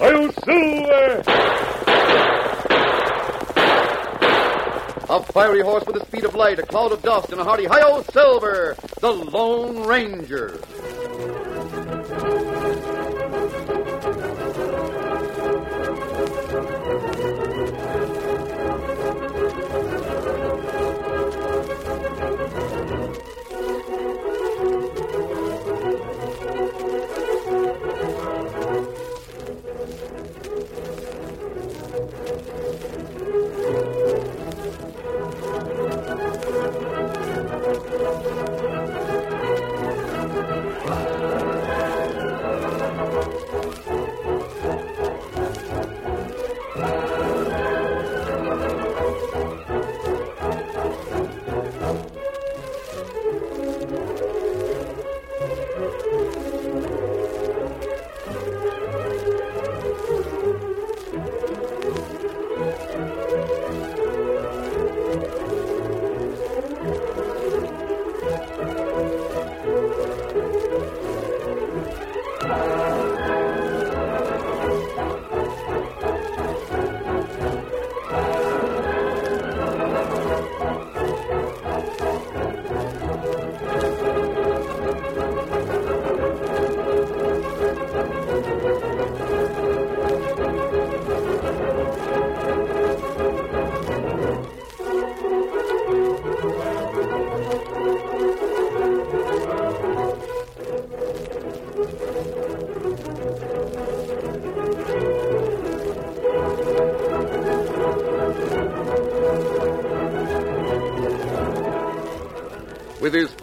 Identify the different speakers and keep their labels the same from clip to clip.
Speaker 1: I'll silver!
Speaker 2: A fiery horse with the speed of light, a cloud of dust, and a hearty hi-yo silver, the Lone Ranger. With his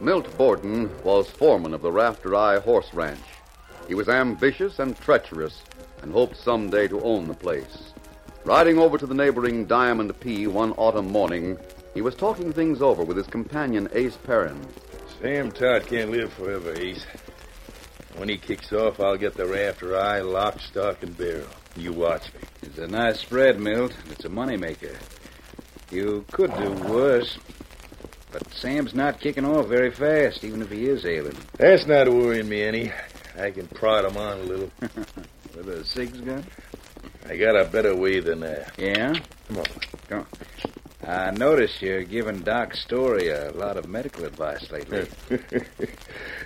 Speaker 2: Milt Borden was foreman of the Rafter Eye Horse Ranch. He was ambitious and treacherous and hoped someday to own the place. Riding over to the neighboring Diamond P one autumn morning, he was talking things over with his companion Ace Perrin.
Speaker 3: Sam Todd can't live forever, Ace. When he kicks off, I'll get the rafter eye locked, stock, and barrel. You watch me.
Speaker 4: It's a nice spread, Milt. It's a moneymaker. You could do worse. But Sam's not kicking off very fast, even if he is ailing.
Speaker 3: That's not worrying me any. I can prod him on a little.
Speaker 4: With a six gun?
Speaker 3: I got a better way than that.
Speaker 4: Yeah?
Speaker 3: Come on.
Speaker 4: Come on. I notice you're giving Doc Story a lot of medical advice lately.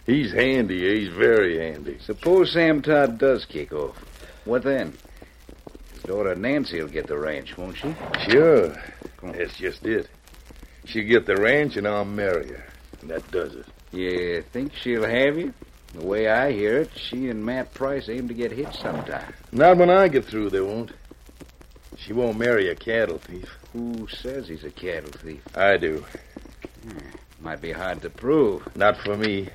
Speaker 3: He's handy, He's very handy.
Speaker 4: Suppose Sam Todd does kick off. What then? His daughter Nancy will get the ranch, won't she?
Speaker 3: Sure.
Speaker 4: Come on.
Speaker 3: That's just it. She'll get the ranch, and I'll marry her. And that does it.
Speaker 4: You think she'll have you? The way I hear it, she and Matt Price aim to get hit sometime.
Speaker 3: Not when I get through, they won't. She won't marry a cattle thief.
Speaker 4: Who says he's a cattle thief? Hmm,
Speaker 3: I do.
Speaker 4: Might be hard to prove.
Speaker 3: Not for me.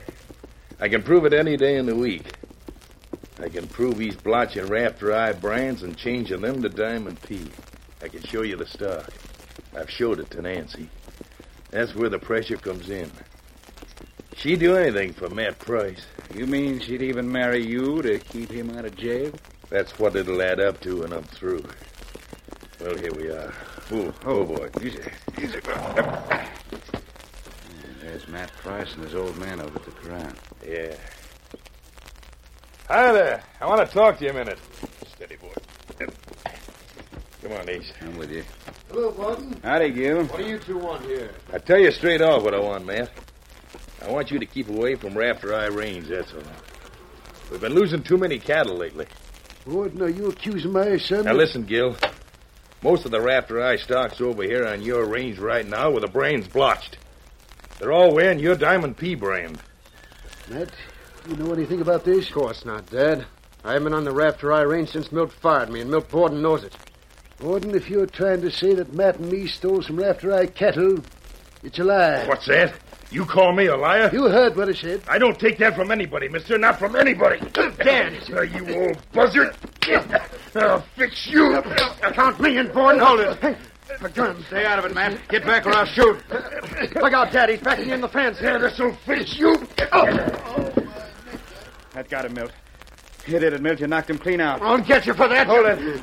Speaker 3: I can prove it any day in the week. I can prove he's blotching Rafter Eye brands and changing them to Diamond P. I can show you the stock. I've showed it to Nancy. That's where the pressure comes in. She'd do anything for Matt Price.
Speaker 4: You mean she'd even marry you to keep him out of jail?
Speaker 3: That's what it'll add up to when I'm through. Well, here we are. Oh, oh boy.
Speaker 4: There's Matt Price and his old man over at the corral.
Speaker 3: Yeah.
Speaker 1: Hi there! I want to talk to you a minute.
Speaker 3: Steady, boy. Come on, Ace.
Speaker 4: I'm with you.
Speaker 2: Hello, Borden.
Speaker 4: Howdy, Gil.
Speaker 2: What do you two want here?
Speaker 3: I tell you straight off what I want, Matt. I want you to keep away from Rafter Eye Range, that's all. We've been losing too many cattle lately.
Speaker 5: What? Now, you accusing my son?
Speaker 3: Now listen, Gil. Most of the rafter eye stock's over here on your range right now with the brands blotched. They're all wearing your Diamond P brand.
Speaker 5: Matt, you know anything about this?
Speaker 6: Of course not, Dad. I haven't been on the Rafter Eye range since Milt fired me, and Milt Borden knows it.
Speaker 5: Gordon, if you're trying to say that Matt and me stole some rafter eye cattle, it's a lie.
Speaker 3: What's that? You call me a liar?
Speaker 5: You heard what I said.
Speaker 3: I don't take that from anybody, mister. Not from anybody. Dan! you old buzzard. I'll fix you.
Speaker 6: Count me in, Borden. Hold it. The gun.
Speaker 7: Stay out of it, Matt. Get back or I'll shoot.
Speaker 6: Look out, Dad. He's backing in the fence.
Speaker 3: Yeah, this'll fix you.
Speaker 7: That got him, Milt. You did it, Milt. You knocked him clean out.
Speaker 6: I'll get you for that.
Speaker 7: Hold it.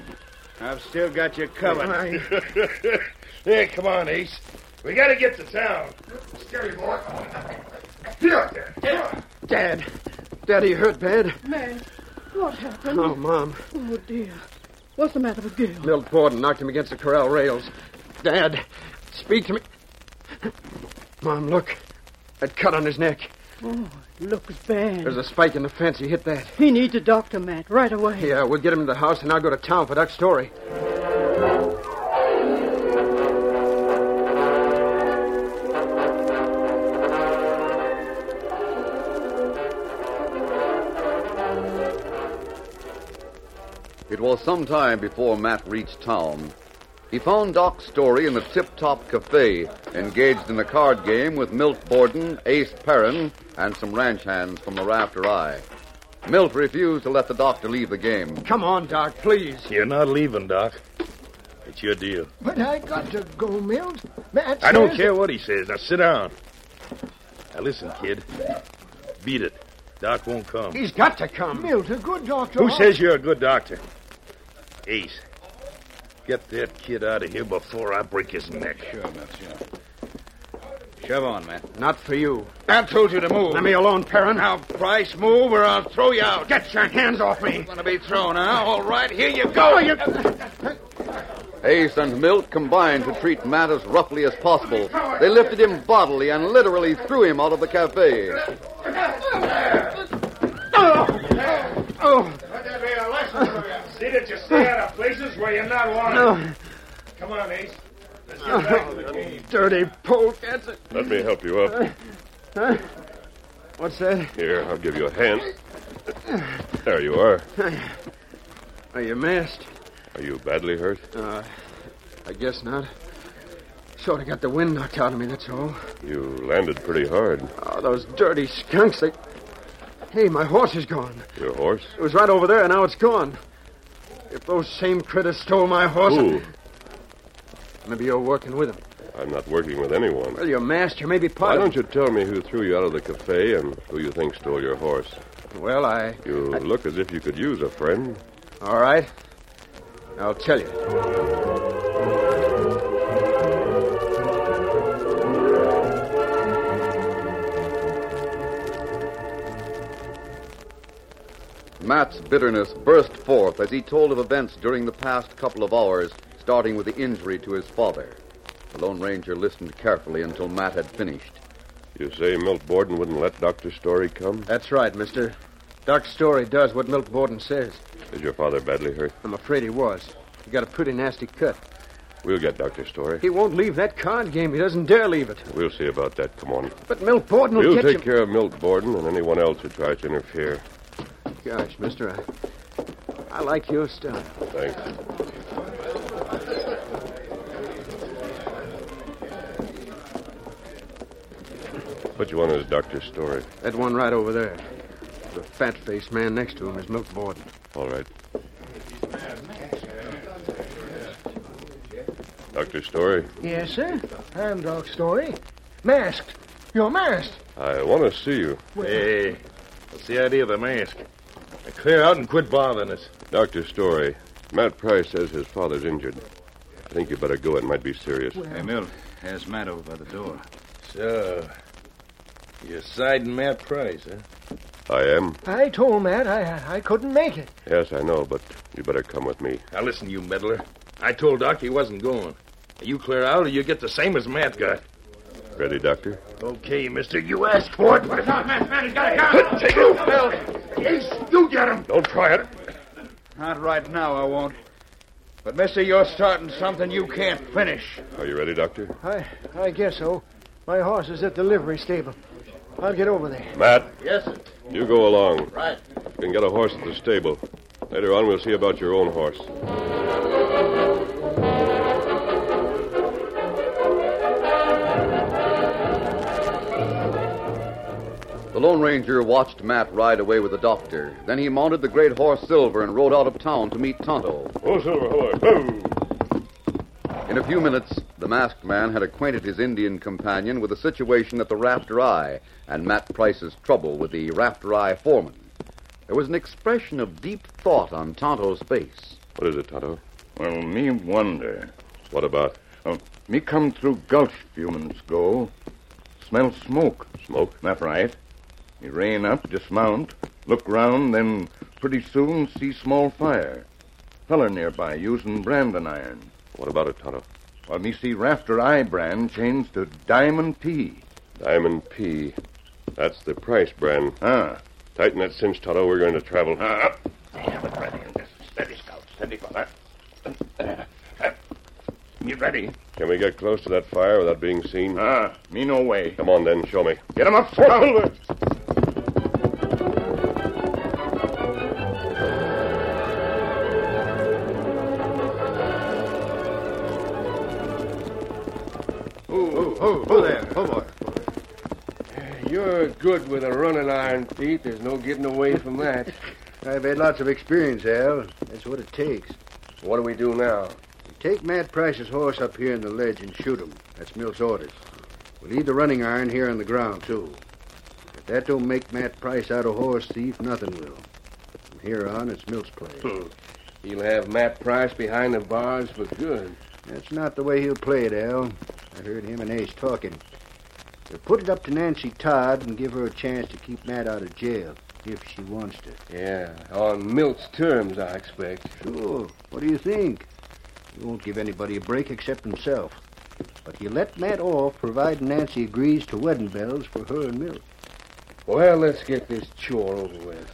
Speaker 7: I've still got you covered.
Speaker 3: yeah, come on, Ace. We gotta get to town. Scary boy. Get out there. Get out.
Speaker 6: Dad. Dad, he hurt bad.
Speaker 8: Man, what happened?
Speaker 6: Oh, Mom.
Speaker 8: Oh, dear. What's the matter with Gil?
Speaker 6: Milt Borden knocked him against the corral rails. Dad, speak to me. Mom, look. That cut on his neck.
Speaker 8: Oh, it looks bad.
Speaker 6: There's a spike in the fence. He hit that.
Speaker 8: He needs a doctor, Matt, right away.
Speaker 6: Yeah, we'll get him to the house, and I'll go to town for Duck's story.
Speaker 2: It was some time before Matt reached town. He found Doc Story in the Tip Top Cafe, engaged in a card game with Milt Borden, Ace Perrin, and some ranch hands from the Rafter Eye. Milt refused to let the doctor leave the game.
Speaker 6: Come on, Doc, please.
Speaker 3: You're not leaving, Doc. It's your deal.
Speaker 5: But I got to go, Milt. Matt
Speaker 3: I don't care what he says. Now sit down. Now listen, kid. Beat it. Doc won't come.
Speaker 6: He's got to come.
Speaker 5: Milt, a good doctor.
Speaker 3: Who says you're a good doctor? Ace. Get that kid out of here before I break his neck.
Speaker 7: Sure, Milt, sure. Shove on, Matt.
Speaker 6: Not for you.
Speaker 7: I told you to move.
Speaker 6: Let me alone, Perrin.
Speaker 7: Now, Bryce, move or I'll throw you out.
Speaker 6: Get your hands off me.
Speaker 7: Want to be thrown, huh? All right, here you
Speaker 9: Oh,
Speaker 7: go. you...
Speaker 2: Ace and Milt combined to treat Matt as roughly as possible. They lifted him bodily and literally threw him out of the cafe.
Speaker 6: Oh,
Speaker 3: See that you stay out of places where you're not wanted.
Speaker 9: Oh.
Speaker 6: no.
Speaker 3: Come on, Ace. Let's get back to the game.
Speaker 6: Dirty poke. That's it.
Speaker 10: Let me help you up.
Speaker 6: What's that?
Speaker 10: Here, I'll give you a hand. There you are.
Speaker 6: Oh, you missed.
Speaker 10: Are you badly hurt?
Speaker 6: I guess not. Sort of got the wind knocked out of me, that's all.
Speaker 10: You landed pretty hard.
Speaker 6: Oh, those dirty skunks, they. Hey, my horse is gone.
Speaker 10: Your horse?
Speaker 6: It was right over there, and now it's gone. If those same critters stole my horse.
Speaker 10: Who?
Speaker 6: Maybe you're working with them.
Speaker 10: I'm not working with anyone.
Speaker 6: Well, you're master, maybe
Speaker 10: Why
Speaker 6: part
Speaker 10: don't you tell me who threw you out of the cafe and who you think stole your horse?
Speaker 6: of Well, I.
Speaker 10: You look as if you could use a friend.
Speaker 6: All right. I'll tell you.
Speaker 2: Matt's bitterness burst forth as he told of events during the past couple of hours, starting with the injury to his father. The Lone Ranger listened carefully until Matt had finished.
Speaker 10: You say Milt Borden wouldn't let Dr. Story come?
Speaker 6: That's right, mister. Doc Story does what Milt Borden says.
Speaker 10: Is your father badly hurt?
Speaker 6: I'm afraid he was. He got a pretty nasty cut.
Speaker 10: We'll get Dr. Story.
Speaker 6: He won't leave that card game. He doesn't dare leave it.
Speaker 10: We'll see about that. Come on.
Speaker 6: But Milt Borden will
Speaker 10: We'll
Speaker 6: get
Speaker 10: take
Speaker 6: you.
Speaker 10: care of Milt Borden and anyone else who tries to interfere.
Speaker 6: Gosh, mister, I, I like your style.
Speaker 10: Thanks. Which one is Dr. Story?
Speaker 6: That one right over there. The fat faced man next to him is Milt Borden.
Speaker 10: All right. Dr. Story,
Speaker 5: Yes, sir. I'm Doc Story. Masked. You're masked.
Speaker 10: I want to see you.
Speaker 3: Hey, what's the idea of the mask? Now clear out and quit bothering us.
Speaker 10: Dr. Story, Matt Price says his father's injured. I think you better go. It might be serious.
Speaker 7: Hey, Milt, there's Matt over by the door.
Speaker 3: So, you're siding Matt Price, huh?
Speaker 10: I am?
Speaker 5: I told Matt I, I couldn't make it.
Speaker 10: Yes, I know, but you better come with me.
Speaker 3: Now listen, you meddler. I told Doc he wasn't going. You clear out or you get the same as Matt got.
Speaker 10: Ready, Doctor?
Speaker 7: Okay, mister, you asked for it. Watch out, man. man he's got a gun. Take You get him.
Speaker 10: Don't try it.
Speaker 9: Not right now, I won't. But, mister, you're starting something you can't finish.
Speaker 10: Are you ready, Doctor?
Speaker 5: I, I guess so. My horse is at the livery stable. I'll get over there.
Speaker 10: Matt,
Speaker 7: Yes, sir.
Speaker 10: you go along.
Speaker 7: Right.
Speaker 10: You can get a horse at the stable. Later on, we'll see about your own horse.
Speaker 2: The Lone Ranger watched Matt ride away with the doctor. Then he mounted the great horse Silver and rode out of town to meet Tonto.
Speaker 10: Oh, Silver, hello.
Speaker 2: In a few minutes, the masked man had acquainted his Indian companion with the situation at the Rafter Eye and Matt Price's trouble with the Rafter Eye foreman. There was an expression of deep thought on Tonto's face.
Speaker 10: What is it, Tonto?
Speaker 3: Well, me wonder.
Speaker 10: What about
Speaker 3: Oh, me come through gulch few minutes ago. Smell smoke.
Speaker 10: smoke?
Speaker 3: That right. Me rein up, dismount, look round, then pretty soon see small fire. Feller nearby using branding iron.
Speaker 10: What about it, Tonto?
Speaker 3: While me see rafter eye brand changed to diamond P.
Speaker 10: Diamond P. That's the price, Bran.
Speaker 3: Huh.
Speaker 10: Tighten that cinch, Tonto. We're going to travel.
Speaker 3: Ah, damn it, ready. Steady, scout. Steady, fella. Me ready?
Speaker 10: Can we get close to that fire without being seen?
Speaker 3: Ah, me no way.
Speaker 10: Come on, then. Show me.
Speaker 3: Get him up, scout.
Speaker 5: Oh, oh there. Oh, boy.
Speaker 11: You're good with a running iron, Pete. There's no getting away from that. I've had lots of experience, Al. That's what it takes.
Speaker 5: What do we do now?
Speaker 11: Take Matt Price's horse up here in the ledge and shoot him. That's Milt's orders. We'll leave the running iron here on the ground, too. If that don't make Matt Price out a horse thief, nothing will. From here on, it's Milt's play.
Speaker 5: Hmm. He'll have Matt Price behind the bars for good.
Speaker 11: That's not the way he'll play it, Al. I heard him and Ace talking. They'll put it up to Nancy Todd and give her a chance to keep Matt out of jail, if she wants to.
Speaker 5: Yeah, on Milt's terms, I expect.
Speaker 11: Sure. What do you think? He won't give anybody a break except himself. But he'll let Matt off, provided Nancy agrees to wedding bells for her and Milt.
Speaker 5: Well, let's get this chore over with.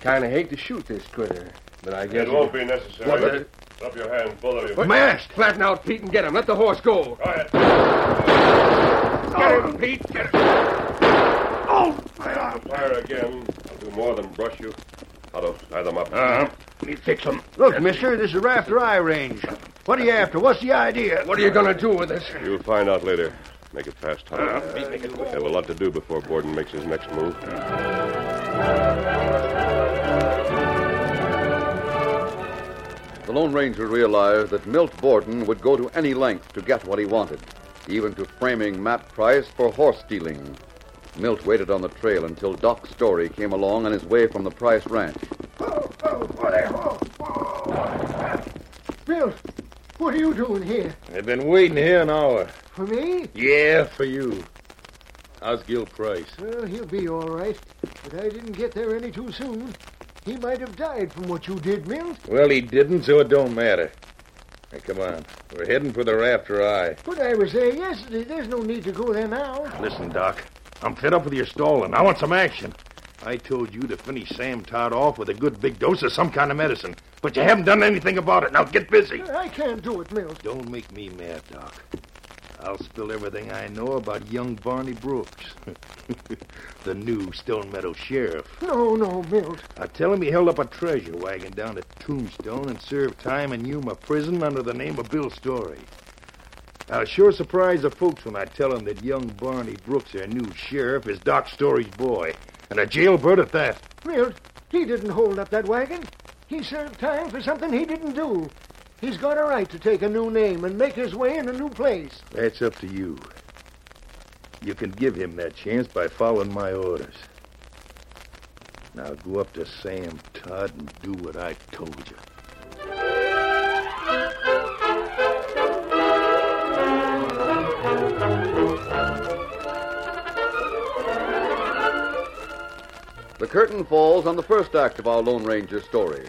Speaker 5: Kind of hate to shoot this critter, but I guess.
Speaker 10: be necessary.
Speaker 5: What the-
Speaker 10: Up your hands, both of you.
Speaker 5: Mast! Flatten out Pete and get him. Let the horse go.
Speaker 10: Go ahead.
Speaker 3: Oh,
Speaker 5: Get him, Pete. Get him.
Speaker 10: Fire again. I'll do more than brush you. Tonto, tie them up.
Speaker 3: Me fix him.
Speaker 11: Look, mister, this is Rafter Eye Range. What are you after? What's the idea?
Speaker 5: What are you going to do with this?
Speaker 10: You'll find out later. Make it fast, Tonto. we have a lot to do before Borden makes his next move.
Speaker 2: The Lone Ranger realized that Milt Borden would go to any length to get what he wanted, even to framing Matt Price for horse stealing. Milt waited on the trail until Doc Story came along on his way from the Price ranch.
Speaker 5: Bill, what are you doing here?
Speaker 7: They've been waiting here an hour.
Speaker 5: For me?
Speaker 7: Yeah, for you. How's Gil Price?
Speaker 5: Well, he'll be all right, but I didn't get there any too soon. He might have died from what you did, Milt.
Speaker 7: Well, he didn't, so it don't matter. Now, come on. We're heading for the rafter eye.
Speaker 5: But I was there yesterday. There's no need to go there now.
Speaker 3: Listen, Doc. I'm fed up with your stalling. I want some action. I told you to finish Sam Todd off with a good big dose of some kind of medicine, but you haven't done anything about it. Now get busy.
Speaker 5: I can't do it, Milt.
Speaker 3: Don't make me mad, Doc. I'll spill everything I know about young Barney Brooks, the new Stone Meadow sheriff.
Speaker 5: No, no, Milt.
Speaker 3: I tell him he held up a treasure wagon down at Tombstone and served time in Yuma prison under the name of Bill Story. I'll sure surprise the folks when I tell them that young Barney Brooks, their new sheriff, is Doc Story's boy, and a jailbird at that.
Speaker 5: Milt, he didn't hold up that wagon. He served time for something he didn't do. He's got a right to take a new name and make his way in a new place.
Speaker 3: That's up to you. You can give him that chance by following my orders. Now go up to Sam Todd and do what I told you.
Speaker 2: The curtain falls on the first act of our Lone Ranger story.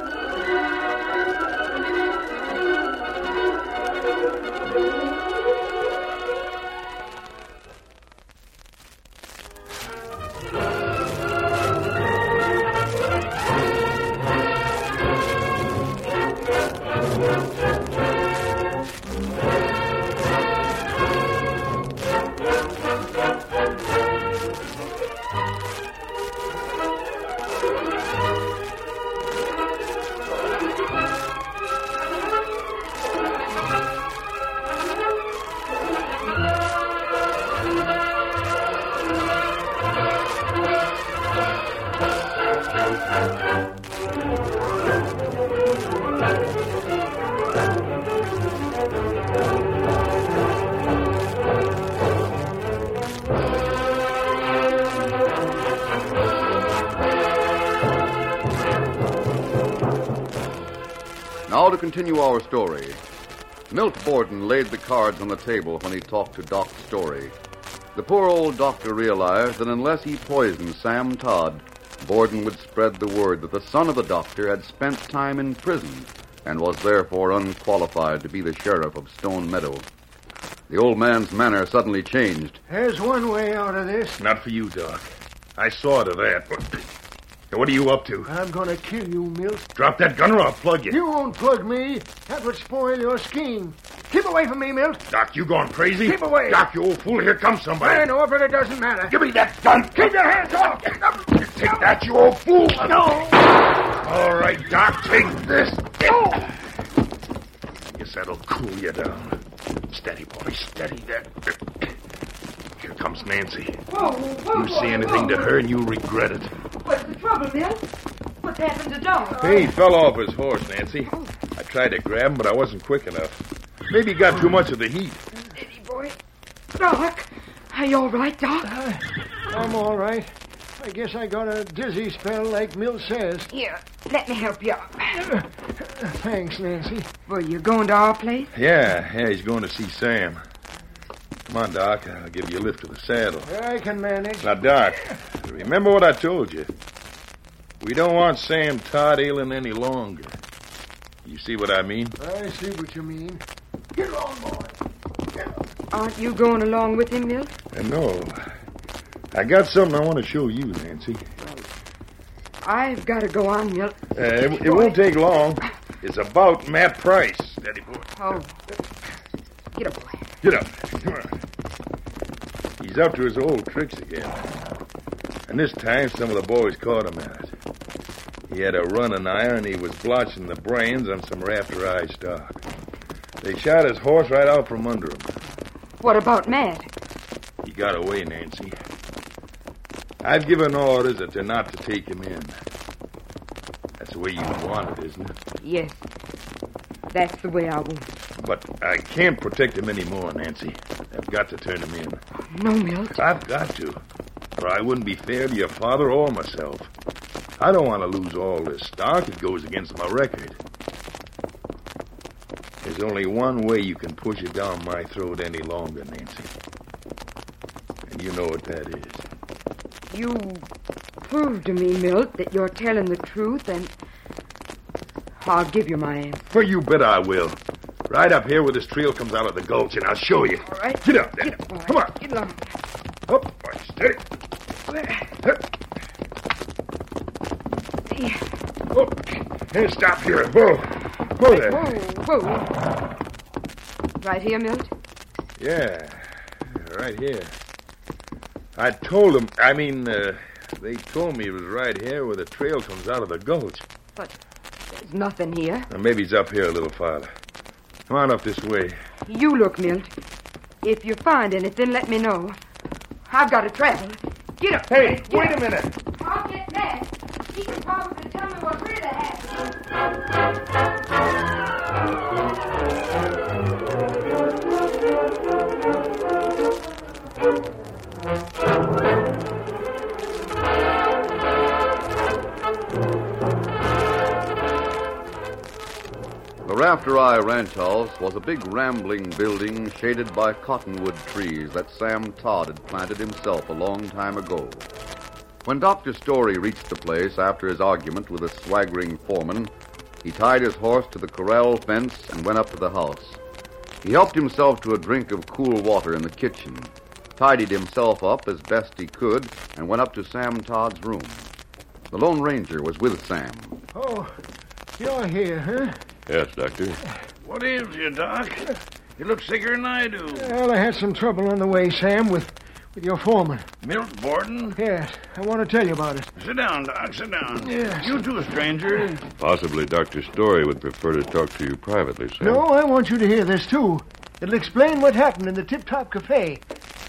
Speaker 2: Now to continue our story. Milt Borden laid the cards on the table when he talked to Doc Story. The poor old doctor realized that unless he poisoned Sam Todd, Borden would spread the word that the son of the doctor had spent time in prison and was therefore unqualified to be the sheriff of Stone Meadow. The old man's manner suddenly changed.
Speaker 5: There's one way out of this.
Speaker 3: Not for you, Doc. I saw to that. Now, what are you up to?
Speaker 5: I'm going to kill you, Milt.
Speaker 3: Drop that gun or I'll plug you.
Speaker 5: You won't plug me. That would spoil your scheme. Keep away from me, Milt.
Speaker 3: Doc, you gone crazy?
Speaker 5: Keep away.
Speaker 3: Doc, you old fool, here comes somebody.
Speaker 5: I know, but it doesn't matter.
Speaker 3: Give me that gun.
Speaker 5: Keep your hands off.
Speaker 3: Take that, you old fool.
Speaker 5: No.
Speaker 3: All right, Doc, take this. Guess that'll cool you down. Steady, boy, steady. That. Here comes Nancy.
Speaker 8: Whoa, whoa,
Speaker 3: You say anything to her and you'll regret it.
Speaker 8: What's the trouble, Milt? What's happened to Doc?
Speaker 3: Hey, he fell off his horse, Nancy. I tried to grab him, but I wasn't quick enough. Maybe he got too much of the heat.
Speaker 8: Steady, boy. Doc, are you all right, Doc?
Speaker 5: I'm all right. I guess I got a dizzy spell like Milt says.
Speaker 8: Here, let me help you up.
Speaker 5: Thanks, Nancy.
Speaker 8: Were you going to our place?
Speaker 3: Yeah, yeah, he's going to see Sam. Come on, Doc. I'll give you a lift to the saddle.
Speaker 5: I can manage.
Speaker 3: Now, Doc, remember what I told you. We don't want Sam Todd ailing any longer. You see what I mean?
Speaker 5: I see what you mean. Get along, boy.
Speaker 8: Aren't you going along with him, Milt?
Speaker 3: And no. I got something I want to show you, Nancy.
Speaker 8: I've got to go on, Milt.
Speaker 3: Uh, it, it won't take long. It's about Matt Price. Steady, boy.
Speaker 8: Oh. Get up, boy.
Speaker 3: Get up. Come on. He's up to his old tricks again. And this time, some of the boys caught him at it. He had a running iron. He was blotching the brains on some rafter eye stock. They shot his horse right out from under him.
Speaker 8: What about Matt?
Speaker 3: He got away, Nancy. I've given orders that they're not to take him in. That's the way you want it, isn't it?
Speaker 8: Yes. That's the way I want it.
Speaker 3: But I can't protect him anymore, Nancy. I've got to turn him in.
Speaker 8: No, Milt.
Speaker 3: I've got to, or I wouldn't be fair to your father or myself. I don't want to lose all this stock. It goes against my record. There's only one way you can push it down my throat any longer, Nancy. And you know what that is.
Speaker 8: You prove to me, Milt, that you're telling the truth, and I'll give you my answer.
Speaker 3: For you bet I will. Right up here where this trail comes out of the gulch, and I'll show you.
Speaker 8: All right?
Speaker 3: Get up there.
Speaker 8: Get up, boy.
Speaker 3: Come on.
Speaker 8: Get along.
Speaker 3: Up. Boy, steady. Hup.
Speaker 8: Hey,
Speaker 9: Oh,
Speaker 3: Up. Hey, stop here. Whoa. Whoa there.
Speaker 8: Whoa, whoa. Right here, Milt?
Speaker 3: Yeah, right here. I told them, I mean, uh, they told me it was right here where the trail comes out of the gulch.
Speaker 8: There's nothing here.
Speaker 3: Now, maybe it's up here a little farther. Come on up this way.
Speaker 8: You look, Milt. If you find anything, let me know. I've got to travel. Get up.
Speaker 3: Hey,
Speaker 8: Get
Speaker 3: wait
Speaker 8: up.
Speaker 3: a minute.
Speaker 8: I'll get Matt. He can probably tell me what really happened.
Speaker 2: The Rafter Eye Ranch House was a big rambling building shaded by cottonwood trees that Sam Todd had planted himself a long time ago. When Dr. Story reached the place after his argument with a swaggering foreman, he tied his horse to the corral fence and went up to the house. He helped himself to a drink of cool water in the kitchen, tidied himself up as best he could, and went up to Sam Todd's room. The Lone Ranger was with Sam.
Speaker 5: Oh, you're here, huh?
Speaker 10: Yes, Doctor.
Speaker 4: What ails you, Doc? You look sicker than I do.
Speaker 5: Well, I had some trouble on the way, Sam, with, with your foreman.
Speaker 4: Milt Borden?
Speaker 5: Yes, I want to tell you about it.
Speaker 4: Sit down, Doc, sit down.
Speaker 5: Yes.
Speaker 4: You too, stranger.
Speaker 10: Possibly Dr. Story would prefer to talk to you privately, Sam.
Speaker 5: No, I want you to hear this, too. It'll explain what happened in the Tip Top Cafe.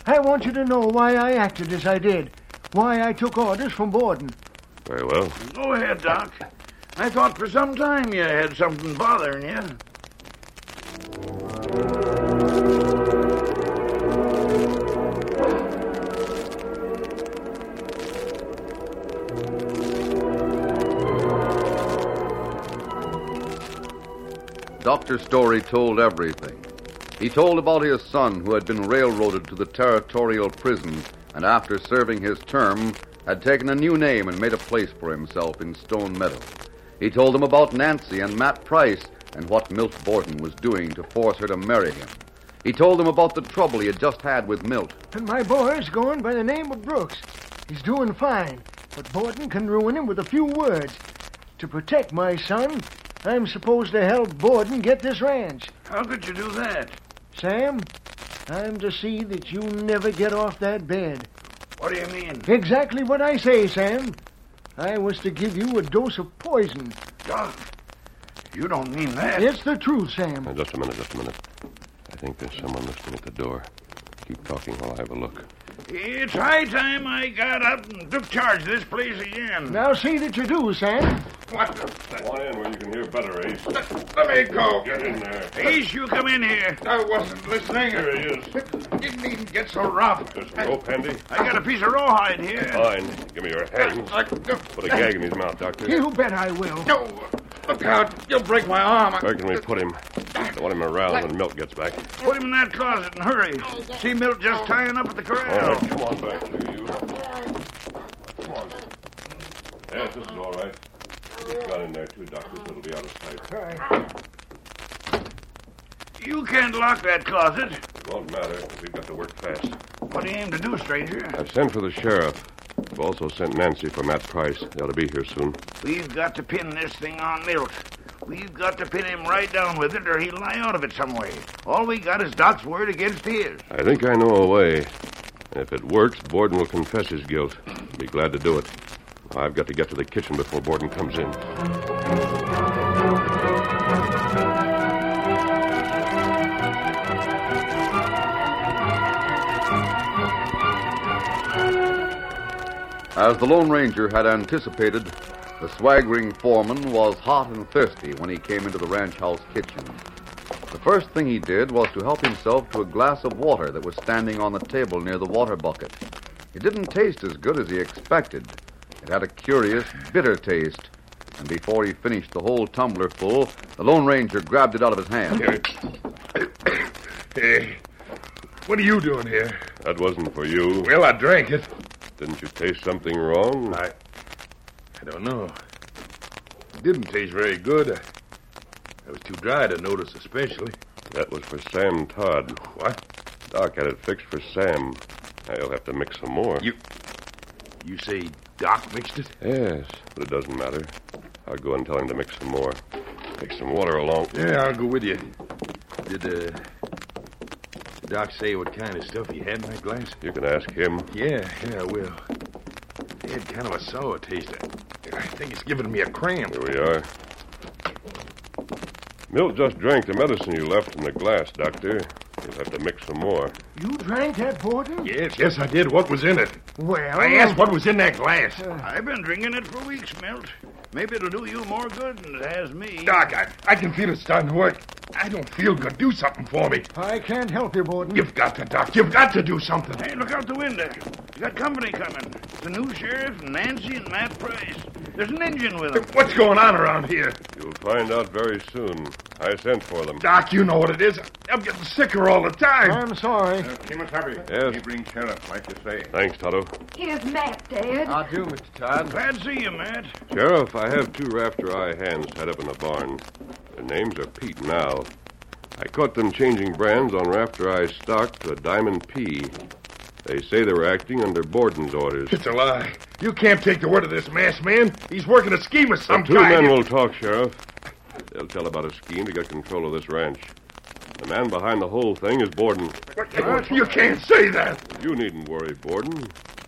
Speaker 5: I want you to know why I acted as I did, why I took orders from Borden.
Speaker 10: Very well.
Speaker 4: Go ahead, Doc. I thought for some time you had something bothering you.
Speaker 2: Dr. Story told everything. He told about his son who had been railroaded to the territorial prison and after serving his term had taken a new name and made a place for himself in Stone Meadow. He told them about Nancy and Matt Price and what Milt Borton was doing to force her to marry him. He told them about the trouble he had just had with Milt.
Speaker 5: And my boy's going by the name of Brooks. He's doing fine, but Borton can ruin him with a few words. To protect my son, I'm supposed to help Borton get this ranch.
Speaker 9: How could you do that?
Speaker 5: Sam, I'm to see that you never get off that bed.
Speaker 9: What do you mean?
Speaker 5: Exactly what I say, Sam. I was to give you a dose of poison.
Speaker 9: Doc, you don't mean that.
Speaker 5: It's the truth, Sam.
Speaker 10: Now, Uh, just a minute, just a minute. I think there's someone listening at the door. Keep talking while I have a look.
Speaker 9: It's high time I got up and took charge of this place again.
Speaker 5: Now see that you do, Sam.
Speaker 9: What the...
Speaker 10: Come on in where you can hear better, eh? Ace.
Speaker 9: Let me go.
Speaker 10: Get in there.
Speaker 9: Ace, you come in here. I wasn't listening.
Speaker 10: Here he is.
Speaker 9: You needn't get so rough.
Speaker 10: There's a rope handy.
Speaker 9: I got a piece of rawhide here.
Speaker 3: Oh,
Speaker 10: Fine. Give me your hand.
Speaker 5: Uh,
Speaker 10: Put a gag in his mouth, Doctor.
Speaker 5: You bet I will.
Speaker 9: No, look out. You'll break my arm.
Speaker 10: Where can we put him? I want him around when Milt gets back.
Speaker 9: Put him in that closet and hurry. See Milt just tying up at the
Speaker 10: All
Speaker 9: corral.
Speaker 10: right, come on back here, you. Come on. Yes, this is all right. You've got in there, too, Doctor, so it'll be out of sight.
Speaker 9: You can't lock that closet.
Speaker 10: It won't matter. We've got to work fast.
Speaker 9: What do you aim to do, stranger?
Speaker 10: I've sent for the sheriff. I've also sent Nancy for Matt Price. They ought to be here soon.
Speaker 9: We've got to pin this thing on Milt. We've got to pin him right down with it, or he'll lie out of it some way. All we got is Doc's word against his.
Speaker 10: I think I know a way. And if it works, Borden will confess his guilt. Be glad to do it. I've got to get to the kitchen before Borden comes in.
Speaker 2: As the Lone Ranger had anticipated, the swaggering foreman was hot and thirsty when he came into the ranch house kitchen. The first thing he did was to help himself to a glass of water that was standing on the table near the water bucket. It didn't taste as good as he expected. It had a curious, bitter taste. And before he finished the whole tumbler full, the Lone Ranger grabbed it out of his hand.
Speaker 3: Hey, what are you doing here?
Speaker 10: That wasn't for you.
Speaker 3: Well, I drank it.
Speaker 10: Didn't you taste something wrong?
Speaker 3: I. I don't know. It didn't taste very good. I, I was too dry to notice, especially.
Speaker 10: That was for Sam Todd.
Speaker 3: What?
Speaker 10: Doc had it fixed for Sam. Now you'll have to mix some more.
Speaker 3: You. You say Doc mixed it?
Speaker 10: Yes, but it doesn't matter. I'll go and tell him to mix some more. Take some water along.
Speaker 3: Yeah, I'll go with you. Did, uh. Doc say what kind of stuff he had in that glass?
Speaker 10: You can ask him.
Speaker 3: Yeah, yeah, I will. It had kind of a sour taste. I, I think it's giving me a cramp.
Speaker 10: Here we are. Milt just drank the medicine you left in the glass, Doctor. You'll have to mix some more.
Speaker 5: You drank that, Borton?
Speaker 3: Yes, yes, I did. What was in it?
Speaker 5: Well,
Speaker 3: I asked what was in that glass.
Speaker 9: I've been drinking it for weeks, Milt. Maybe it'll do you more good than it has me.
Speaker 3: Doc, I, I can feel it starting to work. I don't feel good. Do something for me.
Speaker 5: I can't help you, Borton.
Speaker 3: You've got to, Doc. You've got to do something.
Speaker 9: Hey, look out the window. You got company coming. The new sheriff, and Nancy, and Matt Price. There's an engine with them.
Speaker 3: What's going on around here?
Speaker 10: You'll find out very soon. I sent for them.
Speaker 3: Doc, you know what it is. I'm getting sicker all the time. Uh,
Speaker 5: I'm sorry.
Speaker 10: Yes.
Speaker 4: bring sheriff, like you say.
Speaker 10: Thanks, Toto.
Speaker 8: Here's Matt, Dad.
Speaker 11: I'll do, Mr. Todd.
Speaker 9: Glad to see you, Matt.
Speaker 10: Sheriff, I have two rafter eye hands tied up in a barn. Their names are Pete and Al. I caught them changing brands on rafter eye stock to a diamond P. They say they were acting under Borden's orders.
Speaker 3: It's a lie. You can't take the word of this masked man. He's working a scheme of some
Speaker 10: The two
Speaker 3: kind.
Speaker 10: men will talk, Sheriff. They'll tell about a scheme to get control of this ranch. The man behind the whole thing is Borden.
Speaker 3: You can't say that.
Speaker 10: You needn't worry, Borden.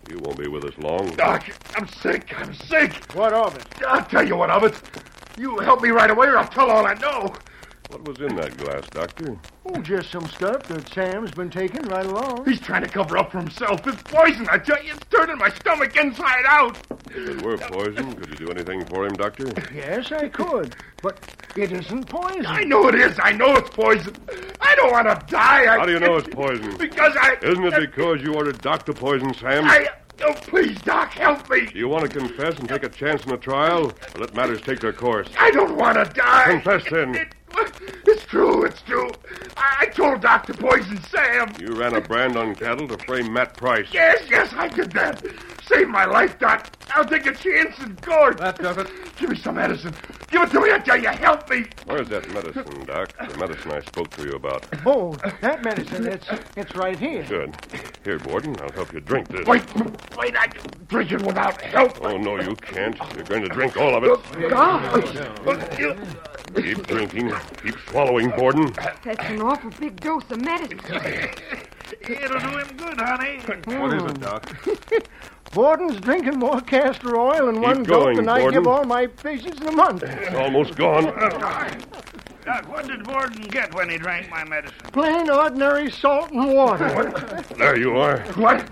Speaker 10: You won't be with us long.
Speaker 3: Doc, I'm sick. I'm sick.
Speaker 5: What of it?
Speaker 3: I'll tell you what of it. You help me right away, or I'll tell all I know.
Speaker 10: What was in that glass, Doctor?
Speaker 5: Oh, just some stuff that Sam's been taking right along.
Speaker 3: He's trying to cover up for himself. It's poison, I tell you. It's turning my stomach inside out.
Speaker 10: If it were poison, could you do anything for him, Doctor?
Speaker 5: Yes, I could, but it isn't poison.
Speaker 3: I know it is. I know it's poison. I don't want to die. I,
Speaker 10: How do you know it's poison?
Speaker 3: Because I.
Speaker 10: Isn't it because you ordered Doc to poison Sam?
Speaker 3: I. Oh, please, Doc, help
Speaker 10: Do
Speaker 3: me.
Speaker 10: you want to confess and take a chance in a trial? Or let matters take their course.
Speaker 3: I don't want to die.
Speaker 10: Confess, then.
Speaker 3: It, it's
Speaker 7: true. It's true. I I told Doc to poison Sam.
Speaker 10: You ran a brand on cattle to frame Matt Price.
Speaker 7: Yes, yes, I did that. Save my life, Doc. I'll take a chance and go.
Speaker 10: That does it.
Speaker 7: Give me some medicine. Give it to me, I tell you. Help me.
Speaker 10: Where's that medicine, Doc? The medicine I spoke to you about.
Speaker 5: Oh, that medicine, it's, it's right here.
Speaker 10: Good. Here, Warden, I'll help you drink this.
Speaker 7: Wait, wait, I can drink it without help. Oh,
Speaker 10: Oh, no, you can't. You're going to drink all of it. Keep drinking. Keep swallowing, Borden.
Speaker 8: That's an awful big dose of medicine.
Speaker 9: It'll do him good, honey.
Speaker 10: What is it, Doc?
Speaker 5: Borden's drinking more castor oil in one
Speaker 10: going,
Speaker 5: gulp than I
Speaker 10: Borden.
Speaker 5: give all my patients in a month.
Speaker 10: It's almost gone.
Speaker 9: Doc, what did Borden get when he drank my medicine?
Speaker 5: Plain ordinary salt and water.
Speaker 10: There you are.
Speaker 7: What?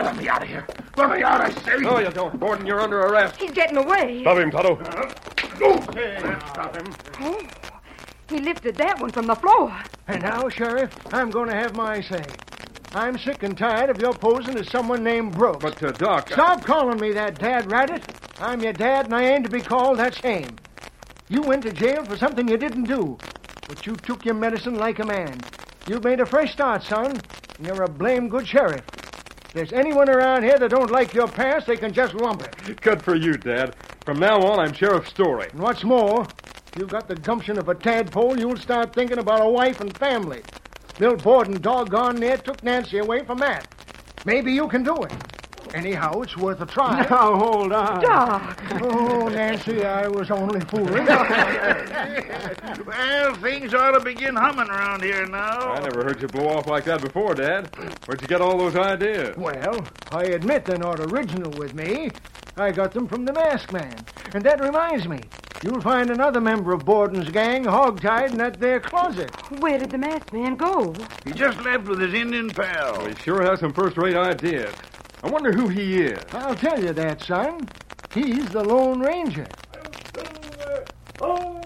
Speaker 7: Let me out of here. Let me out, I say.
Speaker 12: No, you don't, Borden. You're under arrest.
Speaker 8: He's getting away.
Speaker 10: Stop him, Toto.
Speaker 5: Stop him.
Speaker 8: Oh, he lifted that one from the floor.
Speaker 5: And now, Sheriff, I'm going to have my say. I'm sick and tired of your posing as someone named Brooks. But,
Speaker 12: uh, Doc.
Speaker 5: Stop calling me that, Dad Rabbit. I'm your dad, and I ain't to be called that same. You went to jail for something you didn't do, but you took your medicine like a man. You've made a fresh start, son, and you're a blame good sheriff. If there's anyone around here that don't like your past, they can just lump it.
Speaker 12: Good for you, Dad. From now on, I'm Sheriff Story.
Speaker 5: And what's more, if you've got the gumption of a tadpole, you'll start thinking about a wife and family. Bill Borden, doggone near, took Nancy away from Matt. Maybe you can do it. Anyhow, it's worth a try.
Speaker 7: Now, hold on.
Speaker 8: Doc.
Speaker 5: Oh, Nancy, I was only fooling.
Speaker 9: Well, things ought to begin humming around here now.
Speaker 12: I never heard you blow off like that before, Dad. Where'd you get all those ideas?
Speaker 5: well, I admit they're not original with me. I got them from the masked man. And that reminds me, you'll find another member of Borden's gang hogtied in that there closet.
Speaker 8: Where did the masked man go?
Speaker 9: He just left with his Indian pal.
Speaker 12: He sure has some first-rate ideas. I wonder who he is.
Speaker 5: I'll tell you that, son. He's the Lone Ranger.
Speaker 7: Oh,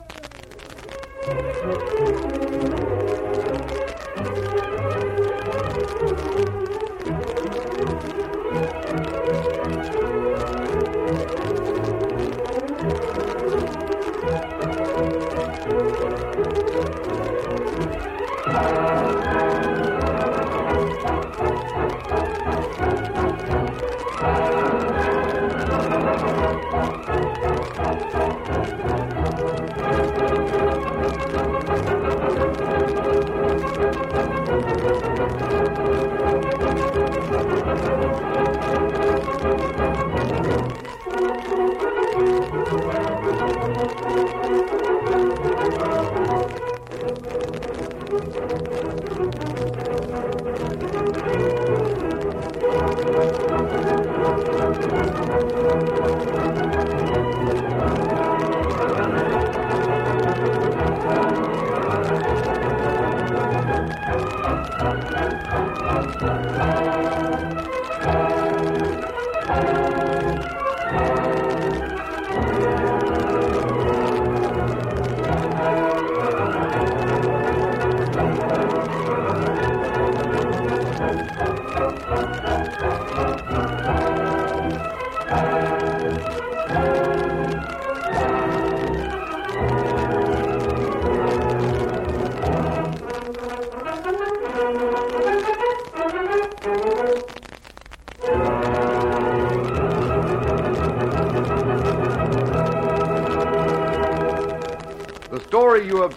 Speaker 2: The story you have